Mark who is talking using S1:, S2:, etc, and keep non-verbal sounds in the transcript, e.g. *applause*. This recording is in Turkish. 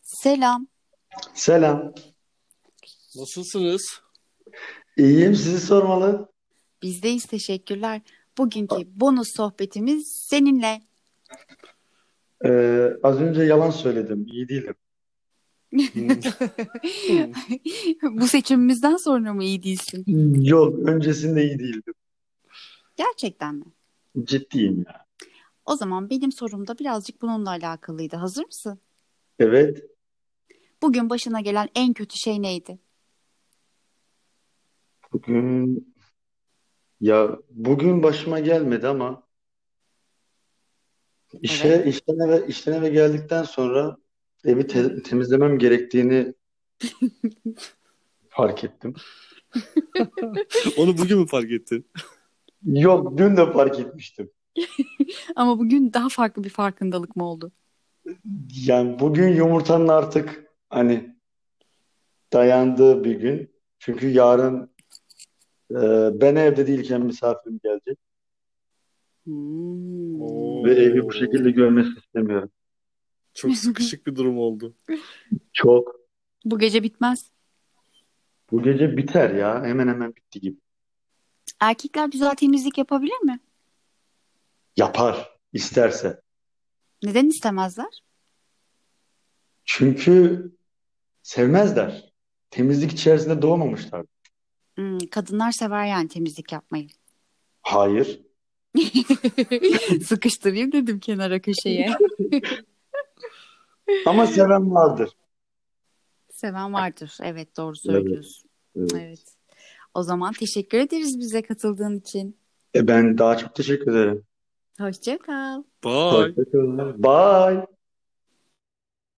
S1: Selam.
S2: Selam.
S3: Nasılsınız?
S2: İyiyim, sizi sormalı.
S1: Bizdeyiz teşekkürler. Bugünkü bonus sohbetimiz seninle. *laughs*
S2: Ee, az önce yalan söyledim, iyi değilim.
S1: Bu seçimimizden sonra mı iyi değilsin?
S2: Yok, öncesinde iyi değildim.
S1: Gerçekten mi?
S2: Ciddiyim ya.
S1: O zaman benim sorum da birazcık bununla alakalıydı. Hazır mısın?
S2: Evet,
S1: Bugün başına gelen en kötü şey neydi?
S2: bugün... Ya bugün başıma gelmedi ama işe,
S1: Evet.
S2: işten eve, işten eve geldikten sonra evi te- temizlemem
S3: *laughs*
S2: gerektiğini fark ettim.
S3: Onu bugün mü fark ettin?
S2: Yok, dün de fark etmiştim.
S1: Ama bugün daha farklı bir farkındalık mı oldu?
S2: Yani bugün yumurtanın artık hani dayandığı bir gün. Çünkü yarın e, ben evde değilken misafirim gelecek
S1: Hmm.
S3: Oo.
S2: ve evi bu şekilde görmesini istemiyorum.
S3: Çok sıkışık bir durum oldu.
S2: Çok.
S1: Bu gece bitmez.
S2: Bu gece biter ya. Hemen hemen bitti gibi.
S1: Erkekler güzel temizlik yapabilir mi?
S2: Yapar isterse.
S1: Neden istemezler?
S2: Çünkü sevmezler. Temizlik içerisinde doğmamışlar.
S1: Hmm, kadınlar sever yani temizlik *laughs* yapmayı.
S2: Hayır.
S1: Sıkıştırayım dedim kenara köşeye.
S2: Ama seven vardır.
S1: Seven vardır. Evet doğru
S2: Evet,
S1: söylüyorsun.
S2: evet.
S1: Evet. O zaman teşekkür ederiz bize katıldığın için.
S2: E ben daha çok teşekkür ederim.
S1: Hoşça kal.
S3: Bye.
S2: Hoşçakalın. Bye.